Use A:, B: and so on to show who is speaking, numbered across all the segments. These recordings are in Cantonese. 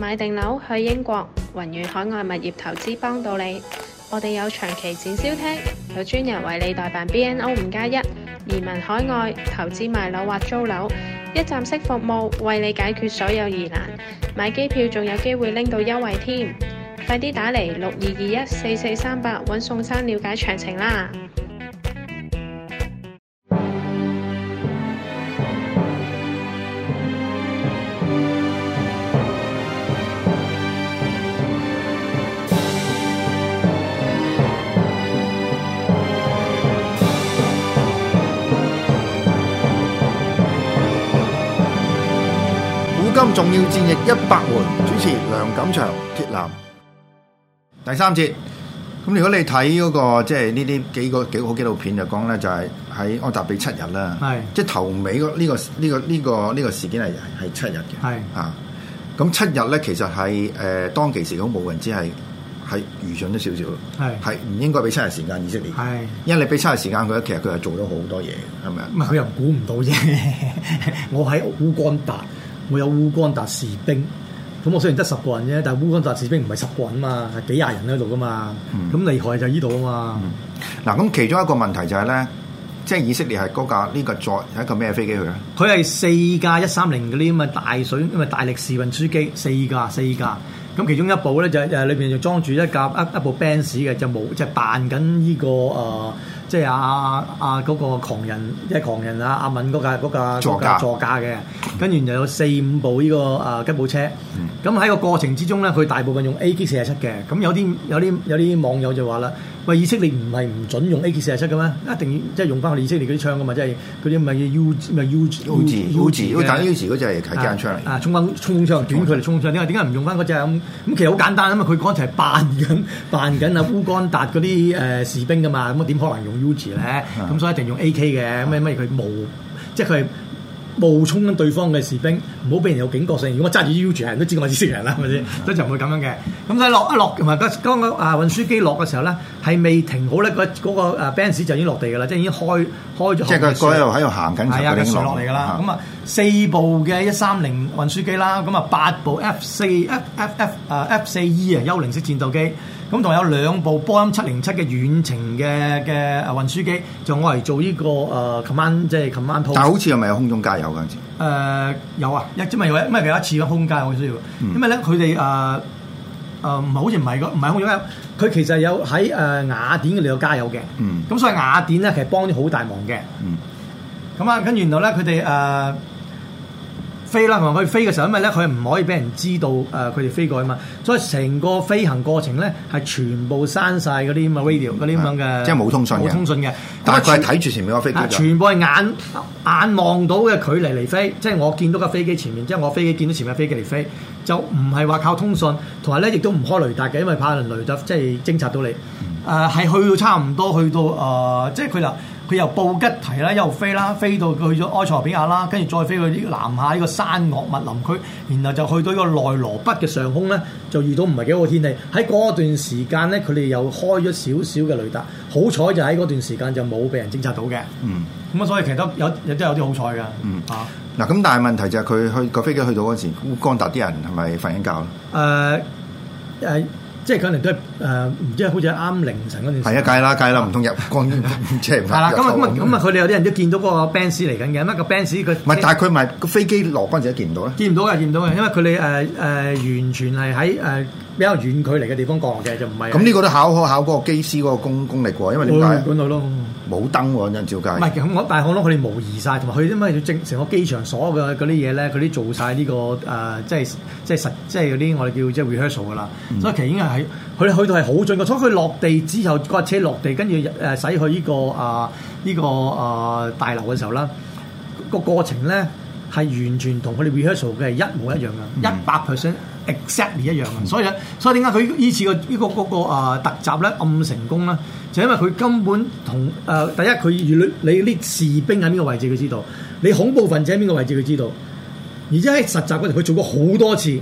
A: 買定樓去英國，宏遠海外物業投資幫到你。我哋有長期展銷廳，有專人為你代辦 BNO 五加一移民海外、投資賣樓或租樓，一站式服務為你解決所有疑難。買機票仲有機會拎到優惠添，快啲打嚟六二二一四四三八揾宋生了解詳情啦！
B: 古今重要戰役一百回，主持梁錦祥、鐵男。第三節，咁如果你睇嗰、個即係呢啲幾個幾個好紀錄片就講咧，就係喺安達比七日啦，
C: 係
B: 即係頭尾嗰呢、個呢、個呢、個呢、個事件係係七日嘅，
C: 係
B: 啊，咁七日咧其實係誒、呃、當其時好冇人知係係愚蠢咗少少咯，
C: 係
B: 係唔應該俾七日時間以色列，
C: 係。
B: 因為你俾七日時間佢，其實佢係做咗好多嘢，係咪啊？
C: 唔係佢又估唔到啫。 我喺烏干達，我有烏干達士兵。咁我雖然得十個人啫，但係烏干達士兵唔係十個人嘛，係幾廿人喺度噶嘛。咁、厲害就係呢度啊嘛。
B: 嗱，咁其中一個問題就係、咧，即係以色列係嗰架呢個載係一個咩飛機去啊咧？
C: 佢係四架一三零嗰啲咁嘅大水，因為大力士運輸機四架四架。咁其中一部咧就誒裏邊就裝住一架一一部 Benz 嘅，就冇就扮緊呢、個誒、呃即係阿阿嗰個狂人，即係狂人啊阿敏嗰架嗰架
B: 座
C: 嗰架
B: 駕
C: 座駕嘅。跟住就有四五部呢、個誒吉普車。
B: 嗯
C: 咁喺個過程之中咧，佢大部分用 AK 四十七嘅。咁有啲有啲有啲網友就話啦：，喂，以色列唔係唔準用 AK 四十七嘅咩？一定要即係用翻佢哋以色列嗰啲槍噶嘛，即係嗰啲咪 U 咪 U
B: U 字 U 字，因為但係 U 字嗰只係
C: 係
B: 係機槍嚟嘅。
C: 啊，衝鋒衝鋒槍短距離衝鋒槍，點解點解唔用翻嗰只咁？咁其實好簡單，因為佢嗰陣時係扮 緊扮緊啊烏干達嗰啲誒士兵噶嘛，咁點啊可能用 U 字
B: 啊
C: 咧？咁所以一定用 AK 嘅，咁因為佢冒，即係佢係冒衝緊對方嘅士兵，唔好俾人有警覺性。如果我揸住 U 字，人都知我係以色列人啦，係咪
B: 啊
C: 先？所以就唔會咁樣嘅。咁所以落一落同埋嗰嗰個啊運輸機落嘅時候咧，係未停好咧，嗰嗰個啊 Benz 就已經落地㗎啦，即係已經開開咗。
B: 即係佢佢喺度喺度行緊，
C: 係
B: 佢
C: 啊，佢
B: 已經
C: 船落嚟㗎啦。咁
B: 啊，
C: 啊，四部嘅一三零運輸機啦，咁啊八部 F 四 F F F 啊 F 四 E 啊幽靈式戰鬥機，咁同有兩部波音七零七嘅遠程嘅嘅啊運輸機，就我嚟做呢、個誒、呃 command 即係 command
B: 但
C: post
B: 好似係咪有空中加油嗰陣時？
C: 誒、有啊，一即咪有一，因為有一次嘅空間我需要，
B: 嗯
C: 因為咧佢哋誒誒呃唔係好似唔係個唔係空間，佢其實有喺誒、呃雅典嗰度有加油嘅，咁、
B: 嗯
C: 所以雅典咧其實幫咗好大忙嘅。
B: 嗯
C: 咁啊，跟住然後咧，佢哋誒飛啦，同埋佢飛嘅時候，因為咧佢唔可以俾人知道誒佢哋飛過去嘛，所以成個飛行過程咧係全部刪晒嗰啲咁嘅 radio 嗰啲咁樣嘅，
B: 啊即係冇通訊嘅
C: 冇通訊嘅。
B: 但係佢係
C: 咁啊全
B: 睇住前面個飛機
C: 啊！
B: 㗎。
C: 全部係眼眼望到嘅距離嚟飛，即係我見到架飛機前面，即係我飛機見到前面嘅飛機嚟飛，就唔係話靠通訊，同埋咧亦都唔開雷達嘅，因為怕人雷達即係偵察到你。啊誒
B: 嗯
C: 係、去到差唔多去到誒、呃即係佢嗱，佢由布吉提啦，一路飛啦，飛到去咗埃塞俄比亞啦，跟住再飛去呢個南下呢個山岳密林區，然後就去到呢個內羅畢嘅上空咧，就遇到唔係幾好嘅天氣。喺嗰段時間咧，佢哋又開咗少少嘅雷達，好彩就喺嗰段時間就冇被人偵察到嘅。
B: 嗯，
C: 咁啊，所以其實都有有真係有啲好彩㗎。
B: 嗯
C: 啊，
B: 嗱咁，但係問題就係佢去個飛機去到嗰陣時，烏干達啲人係咪瞓緊覺咧？
C: 誒、誒，呃即係可能都係誒，唔知好似啱凌晨嗰段時間
B: 係啊，計啦計啦，唔通入 干即係唔
C: 係啦，咁啊咁啊咁啊，
B: 啊，
C: 佢哋有啲人都見到嗰個 Benz 嚟緊嘅，乜啊個 Benz 佢
B: 唔係， 但係佢咪個飛機落嗰陣時都見唔到咧？
C: 見唔到嘅，見唔到嘅，因為佢哋誒誒完全係喺誒比較遠距離嘅地方降落嘅，就唔係
B: 咁呢個都考考考嗰個機師嗰個功功力喎，因為點
C: 會
B: 解啊
C: 管到咯。
B: 冇燈喎？嗰陣照計
C: 唔。係咁，我但係我諗佢哋模擬晒，同埋佢因為整成個機場所有嘅嗰啲嘢咧，佢啲做晒呢、個誒、呃即係即係實即係嗰啲我哋叫即係 rehearsal 噶啦。
B: 嗯
C: 所以其實已經係佢哋去到係好準確，所以佢落地之後，嗰架車落地，跟住誒駛去呢、個啊呢、個啊大樓嘅時候啦，個過程咧係完全同佢哋 rehearsal 嘅係一模一樣嘅，一百 percent exactly 一樣嘅。所以咧，所以點解佢呢次個呢個嗰個啊特集咧咁成功咧？就因為佢根本同誒、呃第一佢預你你啲士兵喺邊個位置佢知道，你恐怖分子喺邊個位置佢知道，而且喺實習嗰陣佢做過好多次。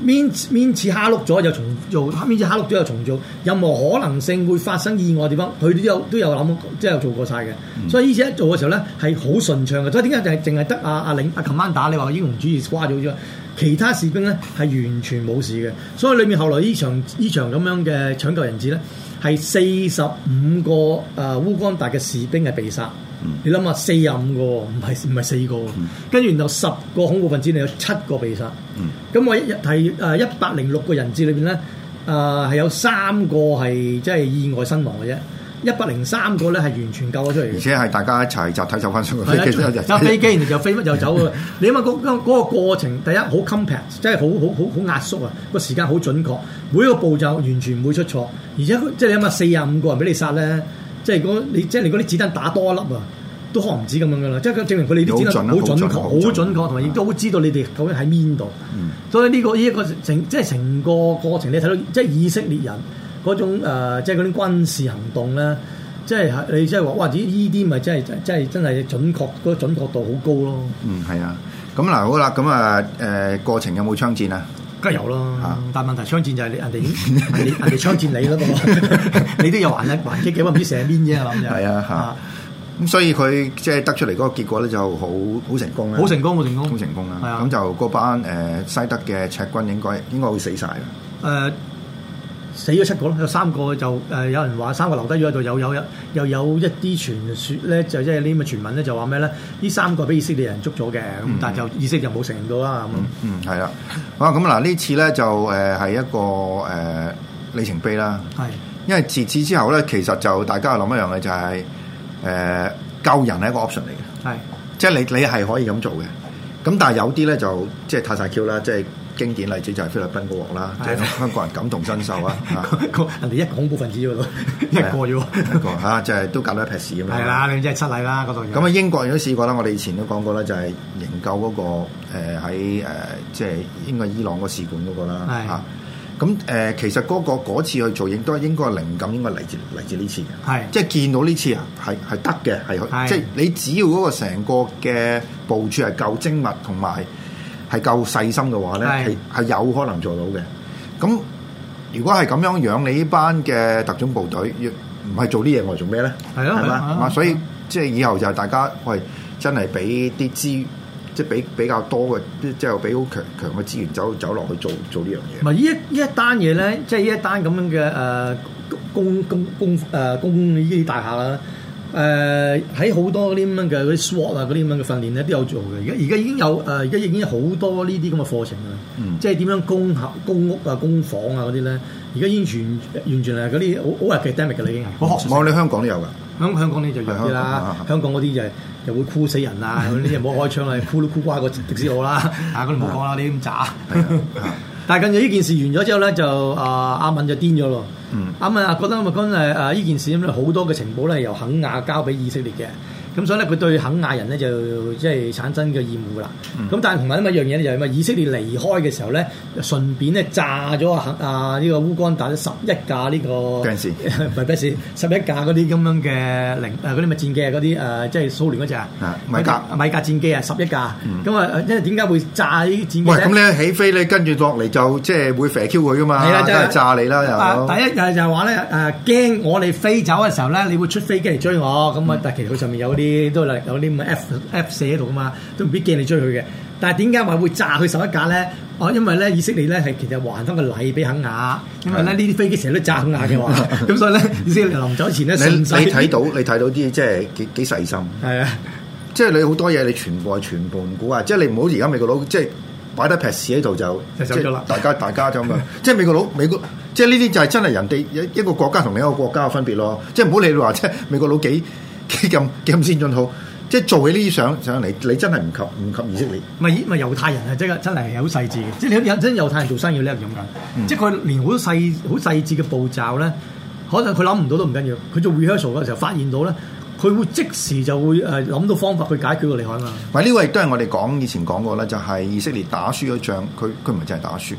C: 面面次蝦碌咗又重做，面次蝦碌咗又重做，任何可能性會發生意外嘅地方，佢都有都有諗，即係有做過晒嘅。所以呢次一做嘅時候咧，係好順暢嘅。所以點解就係淨係得阿阿領阿 commander 你話英雄主義瓜咗咗？其他士兵咧係完全冇事嘅。所以裏面後來呢場呢場咁樣嘅搶救人質咧，係四十五個誒、呃、烏干達嘅士兵係被殺。你諗下，四十五個喎唔係唔係四個喎，跟住然後十個恐怖分子，你有七個被殺。咁我一係誒一百零六個人質裏邊咧，誒、係有三個係即係意外身亡嘅啫，一百零三個咧係完全救咗出嚟
B: 而
C: 嘅。
B: 且係大家一齊集體走翻上去，
C: 係
B: 其實就
C: 啊，搭飛機，然後就飛乜又走嘅。 你諗下嗰嗰嗰個過程，第一好 compact，即係好好好好壓縮啊，個時間好準確，每一個步驟完全唔會出錯。而且佢即係你諗下，四廿五個人俾你殺咧，即係嗰你即係你嗰啲子彈打多一粒啊！都可能唔止咁樣噶啦，即係證明佢哋啲子
B: 好
C: 彈好
B: 準
C: 準嗯
B: 啊
C: 確、
B: 好
C: 好
B: 準
C: 準確，同埋亦都好知道你哋究竟喺邊度。所以呢、個呢一、個成即係成個過程，你睇到即係以色列人嗰種、呃、即係嗰啲軍事行動咧，即係你即係話哇！咦呢啲咪真係真係真係準確嗰、個準確度好高咯，
B: 嗯係啊。咁嗱好啦，咁啊誒過程有冇槍戰啊？
C: 梗係有啦。
B: 啊
C: 但係問題槍戰就係你人哋已 經人哋人哋槍戰你啦 噃，你都有還一還擊嘅，不過唔知射邊啫嘛咁就
B: 係啊嚇
C: 啊
B: 咁所以佢即係得出嚟嗰個結果咧就好好成功啦，啊
C: 好成功好成功
B: 好成功啦
C: 係。啊
B: 咁就嗰班誒西德嘅赤軍應該應該會死晒啦。
C: 誒、呃死咗七個咯，有三個就誒、有人話三個留低咗喺度，有有有又有一啲傳説咧，就即係呢啲咁嘅傳聞咧，就話咩咧？呢三個俾以色列人捉咗嘅，咁、但係就以色列就冇承認到啦咁。
B: 嗯，係啦。好啦咁嗱呢次咧就誒係一個誒里程碑啦。
C: 係
B: 因為自此之後咧，其實就大家諗一樣嘅就係、誒、救人係一個 option 嚟嘅，
C: 係
B: 即係你你係可以咁做嘅。咁但係有啲咧就即係太晒 Q 啦，即係經典例子就係菲律賓嗰鑊啦，即
C: 係
B: 係香港人感同身 受啊，嚇
C: 個個人哋一個恐怖分子啫喎， 一個啫喎。
B: 一個嚇，即係都搞到一撇屎咁樣。
C: 係啦，你真係失禮啦嗰度。
B: 咁啊，英國人都試過啦，我哋以前都講過啦，就係營救嗰、個誒喺誒即係應該伊朗個使館嗰個啦
C: 係
B: 嚇。咁誒、其實嗰、個嗰次去做，亦都應該靈感應該嚟自嚟自呢次嘅，
C: 係
B: 即係見到呢次啊，係係得嘅，係
C: 係
B: 即係你只要嗰個成個嘅部署係夠精密同埋係夠細心嘅話咧，係
C: 係
B: 係有可能做到嘅。咁如果係咁樣樣，你呢班嘅特種部隊要唔係做啲嘢，我哋做咩咧？
C: 係咯
B: 係
C: 係
B: 嘛
C: 啊
B: 啊
C: 係啊
B: 所以即係以後就係大家喂，真係俾啲資，即係比比較多嘅，即即係俾好強強嘅資源走走落去做做呢樣嘢。
C: 唔係呢一呢一單嘢咧，即係呢一單咁樣嘅誒公公公誒公呢啲大廈啦，誒喺好多嗰啲咁樣嘅嗰啲 SWAT 啊嗰啲咁樣嘅訓練咧都有做嘅。而家而家已經有誒，而家已經有好多呢啲咁嘅課程啦，即係點樣供合供屋啊、供房啊嗰啲咧，而家已經完完全係嗰啲好好 academic 嘅啦，已經係好學術性
B: 我哋香港都有㗎，
C: 咁香港呢就弱啲啦
B: 係，
C: 香港啊嗰啲就係又會箍死人啊，嗰啲就唔好開槍啦，箍都箍瓜個迪士 奧啦，啊嗰啲唔好講啦，你咁渣。但係近日呢件事完咗之後咧，就啊阿敏就癲咗咯。
B: 嗯
C: 阿敏啊覺得咁啊講誒誒呢件事咁咧，好多嘅情報咧由肯亞交俾以色列嘅，咁所以咧佢對肯亞人咧就即係產生嘅厭惡啦。
B: 嗯
C: 咁、但係同埋一樣嘢咧就係咪以色列離開嘅時候咧，順便咧炸咗啊肯啊呢個烏干達十一架呢、個。
B: 嗰陣時
C: 唔係 bus 十一架嗰啲咁樣嘅零誒嗰啲咪戰機啊嗰啲誒即係蘇聯嗰只啊
B: 啊米格嗯
C: 米格戰機啊十一架，咁啊、因為點解會炸呢啲戰機
B: 喂，
C: 呢
B: 咁你起飛你跟住落嚟就即係會肥 Q 佢㗎嘛，
C: 係啦
B: 梗
C: 真
B: 係
C: 係
B: 炸你啦
C: 啊！第
B: 又。
C: 一就係就係話咧，誒驚我哋飛走嘅時候咧，你會出飛機嚟追我，咁
B: 嗯
C: 啊，但其實佢上面有啲都係有啲咁嘅 F F 四喺度噶嘛，都唔必驚你追佢嘅。但係點解話會炸佢十一架咧？哦，因為咧以色列咧係其實還翻個禮俾肯亞，因為咧呢啲飛機成日都炸肯 亞嘅話，咁所以咧以色列臨走前咧
B: 你你
C: 順勢
B: 睇到你睇到啲即係幾幾細心，
C: 係啊。
B: 即係你好多嘢你全部係全盤估啊！即係你唔好而家美國佬即係擺得劈屎喺度就
C: 就走咗啦
B: 即係大家大家就咁啊！ 即係美國佬美國即係呢啲就係真係人哋一一個國家同另一個國家嘅分別咯。即係唔好理你話即係美國佬幾幾咁幾咁先進好，即係做起呢啲相上嚟，你真係唔及唔及以色列。
C: 唔係以唔係猶太人啊，真係真係係好細緻嘅，即係你有真猶太人做生意呢係咁緊，
B: 嗯
C: 即係佢連好細好細緻嘅步驟咧，可能佢諗唔到都唔緊要，佢做 rehearsal 嘅時候發現到咧，佢會即時就會誒諗到方法去解決個厲害嘛。
B: 喂，呢個亦都係我哋講以前講過啦，就係以色列打輸咗仗，佢佢唔係真係打輸，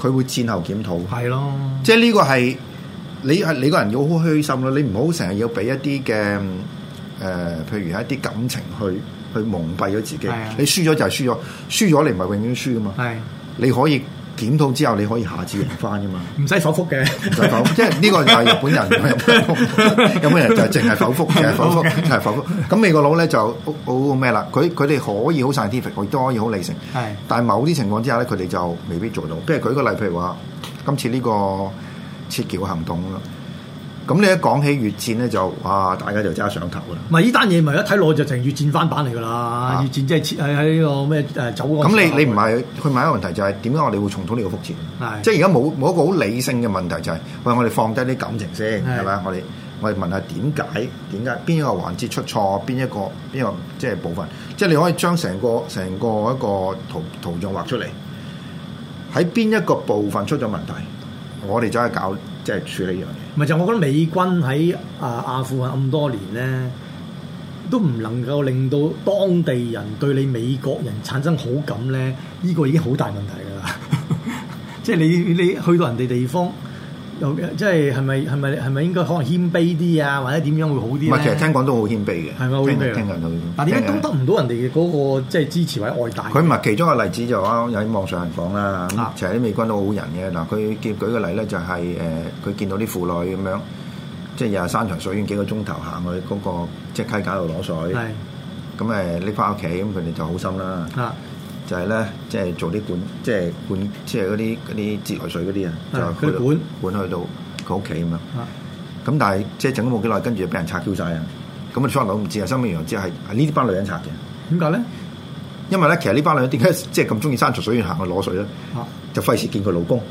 B: 佢會戰後檢討。
C: 係咯，
B: 即係呢個係你係你個人要好虛心咯，你唔好成日要俾一啲嘅嗯誒，譬如一啲感情去去蒙蔽咗自己
C: 係啊。
B: 你輸咗就係輸咗，輸咗你唔係永遠輸噶嘛。
C: 係
B: 你可以檢討之後，你可以下次贏翻噶嘛。
C: 唔使否覆嘅，
B: 就係否即係呢個就係日本人，日本人日本人就係淨係否覆，淨係否覆，淨係否覆。咁美國佬咧就好好咩啦？佢佢哋可以好 scientific，亦都可以好理性。
C: 係
B: 但係某啲情況之下咧，佢哋就未必做到。譬如舉個例，譬如話今次呢個撤僑行動啦，咁你一講起越戰咧，就哇大家就揸上頭啦。
C: 唔係呢單 嘢咪一睇落就成越戰翻版嚟㗎啦，越戰即係設喺喺呢個咩誒走嗰個
B: 啊咁
C: 時候
B: 你你唔係去問一個問題就係點解我哋會重蹈呢個覆轍？
C: 係
B: 即係而家冇冇一個好理性嘅問題就係、喂，我哋放低啲感情先，
C: 係
B: 係咪？我哋我哋問下點解點解邊一個環節出錯，邊一個邊一個即係部分，即係你可以將成個成個一個圖圖像畫出嚟，喺邊一個部分出咗問題，我哋走去搞即係處理呢樣嘢。
C: 咪就我覺得美軍喺啊阿富汗咁多年咧，都唔能夠令到當地人對你美國人產生好感咧，呢、個已經好大問題㗎啦。 即係你你去到人哋地方，又即係係咪係咪係咪應該可能謙卑啲啊，或者點樣會好啲
B: 唔係，其實
C: 咧？
B: 聽講都好謙卑嘅，
C: 係咪好謙卑啊
B: 聽人都好謙卑
C: 但點解都得唔到人哋嘅嗰個即係支持或者愛戴？
B: 佢唔係其中一個例子就話有喺網上人講啦，咁
C: 啊
B: 其實啲美軍都好人嘅。嗱，佢舉舉個例咧就係、誒，佢、見到啲婦女咁樣，即係又係山長水遠幾個鐘頭行去嗰、個即係溪澗度攞水，
C: 係
B: 咁誒拎翻屋企，咁佢哋就好心啦。
C: 啊
B: 就係咧，即係做啲管，即係管，即係嗰啲嗰啲自來水嗰啲啊，
C: 啊
B: 就去到
C: 佢
B: 管去到佢屋企咁樣。
C: 啊！
B: 咁但係即係整咗冇幾耐，跟住就俾人拆 Q 晒啊！咁啊，翻嚟唔知啊，收尾原來知係係呢班女人拆嘅。
C: 點解咧？
B: 因為咧，其實呢班女人點解即係咁中意山長水遠行去攞水咧？
C: 啊！
B: 就費事見佢老公，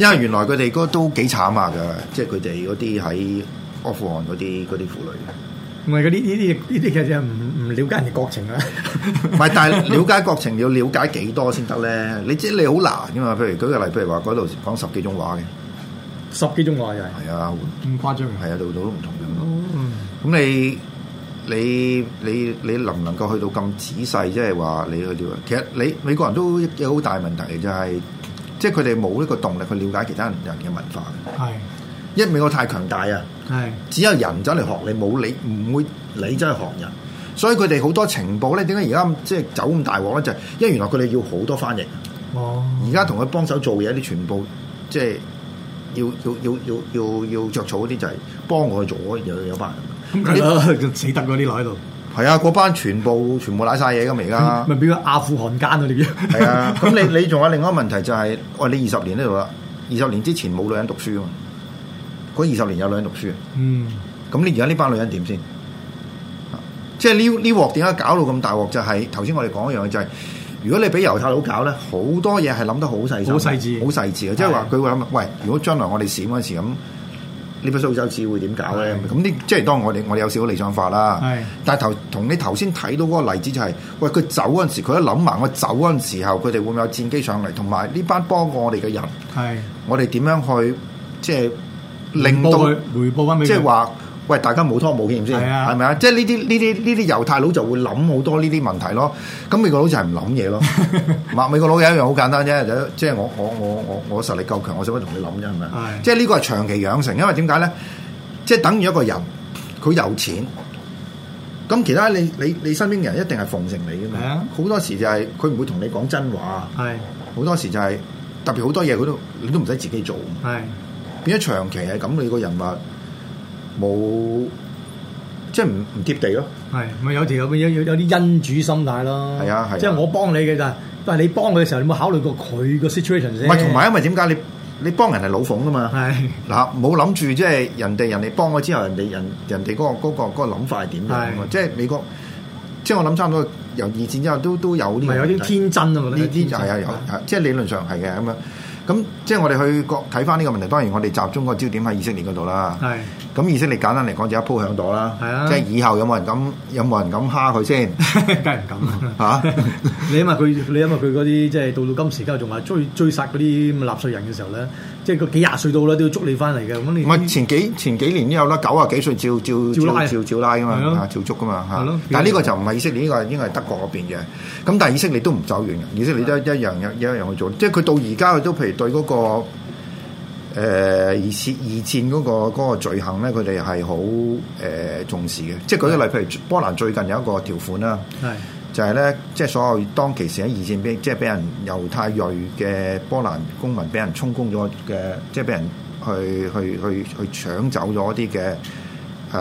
B: 因為原來佢哋嗰都幾慘下㗎，即係佢哋嗰啲喺阿富汗嗰啲嗰啲婦女，
C: 唔係嗰啲呢啲呢啲其實唔唔了解人哋國情啊啦。
B: 唔係，但係了解國情要了解幾多先得咧？你知你好難㗎嘛？譬如舉個例，譬如話嗰度講十幾種話嘅，
C: 十幾鐘外又係
B: 係啊，
C: 咁誇張嘅。
B: 係啊，度度都唔同嘅。
C: 嗯
B: 咁你你你你能唔能夠去到咁仔細，即係話你去了解？其實你美國人都有好大問題嘅，就係、即係佢哋冇呢個動力去了解其他人嘅文化嘅。
C: 係
B: 因為美國太強大啊，
C: 係
B: 只有人走嚟學你，冇你唔會你走去學人。所以佢哋好多情報咧，點解而家即係走咁大鑊咧？就係、因為原來佢哋要好多翻譯，
C: 哦，
B: 而家同佢幫手做嘢啲全部即係要要要要要要著草嗰啲就係幫我去做嗰有有班人。
C: 咁佢啦， 死得嗰啲落喺度，
B: 係啊，嗰班全部全部攋晒嘢咁而家
C: 咪，變咗阿富汗奸咯呢邊。
B: 啊係啊。咁你你仲有另外一個問題就係、喂，你二十年呢度啦，二十年之前冇女人讀書啊嘛，嗰二十年有女人讀書，
C: 嗯
B: 咁你而家呢班女人點先？啊即係呢呢鑊點解搞到咁大鑊？就係頭先我哋講一樣嘢就係、如果你俾猶太佬搞咧，好多嘢係諗得好細心
C: 好細緻
B: 好細緻嘅，即係話佢會諗，喂，如果將來我哋閃嗰陣時咁，呢筆蘇州紙會點搞咧？
C: 係
B: 咁呢即係當然我哋我哋有少少理想化啦。
C: 係
B: 但係頭同你頭先睇到嗰個例子就係、喂佢走嗰陣時，佢一諗埋我走嗰陣時候，佢哋會唔會有戰機上嚟？同埋呢班幫過我哋嘅人，
C: 係
B: 我哋點樣去即係令
C: 回報
B: 到
C: 佢回報翻俾佢
B: 即係話。喂，大家冇拖冇欠先，
C: 係啊
B: 係咪啊？即係呢啲呢啲呢啲猶太佬就會諗好多呢啲問題咯。咁美國佬就係唔諗嘢 咯。嘛，美國佬有一樣好簡單啫，就即係我我我我我實力夠強，我使乜同你諗啫？係咪啊？
C: 係
B: 即係呢個係長期養成，因為點解咧？即係等於一個人佢有錢，咁其他你你你身邊嘅人一定係奉承你㗎
C: 係
B: 嘛
C: 啊。
B: 好多時就係佢唔會同你講真話，
C: 係
B: 好多時就係、特別好多嘢佢都你都唔使自己做。
C: 係
B: 變咗長期係咁，你個人話冇即係唔唔貼地咯。
C: 係，咪有條有有有有啲恩主心態咯。
B: 係啊係啊
C: 即係我幫你嘅咋，但係你幫佢嘅時候，你有冇考慮過佢個 situation
B: 唔
C: 先？
B: 係同埋因為點解你你幫人係老奉噶啊嘛？
C: 係
B: 嗱，冇諗住即係人哋人哋幫我之後，人哋人人哋嗰、個嗰、個嗰、個諗法係點樣啊嘛
C: 係
B: 即係美國，即係我諗差唔多由二戰之後都都有呢個
C: 咪有
B: 問
C: 啲
B: 題
C: 天真啊？我覺得
B: 呢啲就係啊
C: 天真
B: 有係即係理論上係嘅咁樣。咁即係我哋去國睇翻呢個問題，當然我哋集中個焦點喺以色列嗰度啦。
C: 係
B: 咁以色列簡單嚟講就一鋪響度啦，
C: 啊係啊
B: 即係以後有冇人敢有冇人敢蝦佢 先？
C: 梗係唔敢啦。
B: 嚇
C: 你諗下佢，你諗下佢嗰啲即係到到今時今日仲話追追殺嗰啲納税人嘅時候咧，即係佢幾廿歲到啦都要捉你翻嚟嘅。咁你
B: 唔係前幾前幾年都有啦，九啊幾歲照照
C: 照拉
B: 照照拉噶
C: 係咯
B: 嘛，啊照捉噶嘛
C: 係
B: 嚇
C: 咯。
B: 但係呢個就唔係以色列，呢個應該係德國嗰邊嘅。咁但係以色列都唔走遠嘅，以色列都一樣一一樣去做。即係佢到而家佢都譬如對嗰個誒二戰二戰嗰個嗰個罪行咧，佢哋呃係好誒重視嘅。即係舉個例，譬如波蘭最近有一個條款啦，
C: 係
B: 就就係咧，即係所有當其時喺二戰俾即係俾人猶太裔嘅波蘭公民俾人充公咗嘅，即係俾人去去去去搶走咗啲嘅誒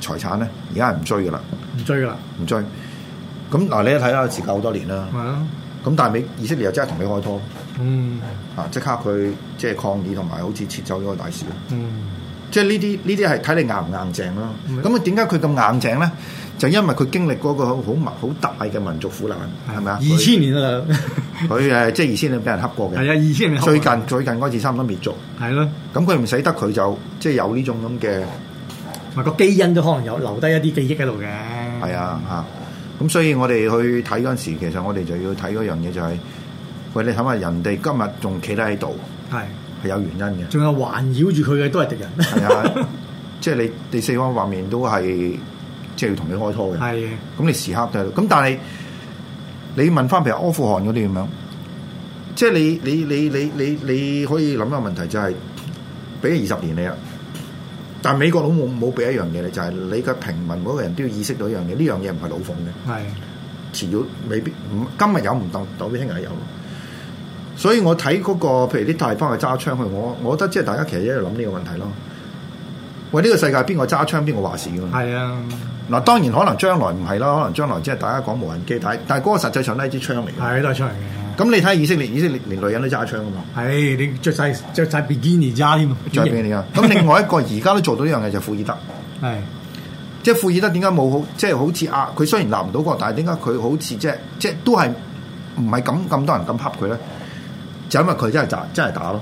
B: 誒財產咧，而家係唔追噶啦，
C: 唔追噶啦，
B: 唔追。咁嗱，你一睇啦，時隔好多年啦。
C: 咪咯，
B: 咁但係美以色列又真係同你開拖
C: 嗯
B: 啊！即刻佢即係抗議同埋好似撤走咗個大使。
C: 嗯，
B: 即係呢啲呢啲係睇你硬唔硬淨咯。咁啊點解佢咁硬淨咧？就因為佢經歷嗰個好好民好大嘅民族苦難，係咪啊？
C: 二千年啊，
B: 佢佢誒即係二千年俾人恰過
C: 係
B: 嘅。
C: 啊，二千年
B: 最近最近嗰次差唔多滅族，
C: 係咯，
B: 咁佢唔使得佢就即係有呢種咁嘅
C: 嗯咪個基因都可能有留低一啲記憶喺度嘅，
B: 係啊嚇。咁所以我哋去睇嗰陣時，其實我哋就要睇嗰樣嘢就係、喂，你睇下人哋今日仲企得喺度，
C: 係，
B: 係有原因嘅。
C: 仲有環繞住佢嘅都係敵人，
B: 係 啊，即係你你四方八面都係即係要同你開拖嘅。
C: 係嘅
B: 咁你時刻都喺度。咁但係你問翻譬如阿富汗嗰啲咁樣，即係你你你你你你可以諗一個問題就係俾咗二十年你啊，但美國佬冇冇俾一樣嘢你，就係、你嘅平民每個人都要意識到一樣嘢，呢樣嘢唔係老奉嘅，
C: 係
B: 遲早未必唔今日有唔當代表聽日有。所以我睇嗰、個譬如啲大班去揸槍去，我我覺得即係大家其實一路諗呢個問題咯。喂，呢、個世界邊個揸槍邊個話事㗎嘛？
C: 係啊，
B: 嗱，當然可能將來唔係啦，可能將來即係大家講無人機，但係但係嗰個實際上都係一支槍嚟嘅。
C: 係都係出嚟嘅。
B: 咁你睇下以色列，以色列連女人都揸槍噶嘛，
C: 係你着晒着晒 bikini 揸添，
B: 再俾你啊！咁另外一個而家都做到一樣嘢就係庫爾德，
C: 係
B: 即係庫爾德點解冇好，即係好似啊，佢雖然立唔到國，但係點解佢好似即係即係都係唔係咁咁多人咁恰佢咧？就因為佢真係打真係打咯，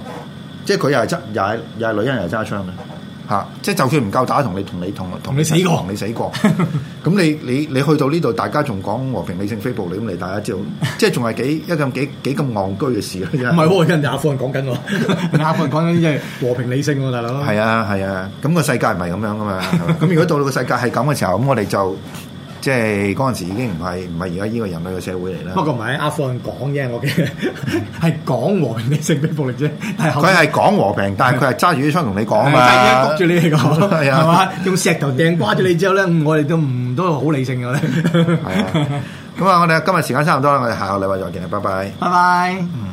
B: 即係佢又係揸又係又係女人又係揸槍嘅嚇，即係就算唔夠打，同你同你同
C: 同你死過
B: 同你死過， 咁你你你去到呢度，大家仲講和平理性非暴力，咁你大家知道，即係仲係幾一咁幾幾咁戇居嘅事啦，真
C: 唔
B: 係
C: 係喎？跟住阿富汗講緊喎， 阿富汗講緊啲嘢 和平理性喎，大佬。
B: 係啊，係啊，咁、個世界唔係咁樣噶 嘛。係嘛咁如果到到個世界係咁嘅時候，咁我哋就即係嗰陣時已經唔係唔係而家呢個人類嘅社會嚟
C: 不
B: 啦。
C: 過唔係阿富汗講啫， 我嘅係講和平理性非暴力啫，但係後
B: 佢係講和平，但係佢係揸住啲槍同你講啊
C: 係
B: 嘛。
C: 谷住你嚟 講，
B: 係
C: 係
B: 啊，
C: 嘛？用石頭掟瓜咗你之後咧，嗯我哋都唔都好理性嘅咧。
B: 係啊。咁啊，我哋今日時間差唔多啦，我哋下個禮拜再見啦，拜拜。
C: 拜拜。嗯。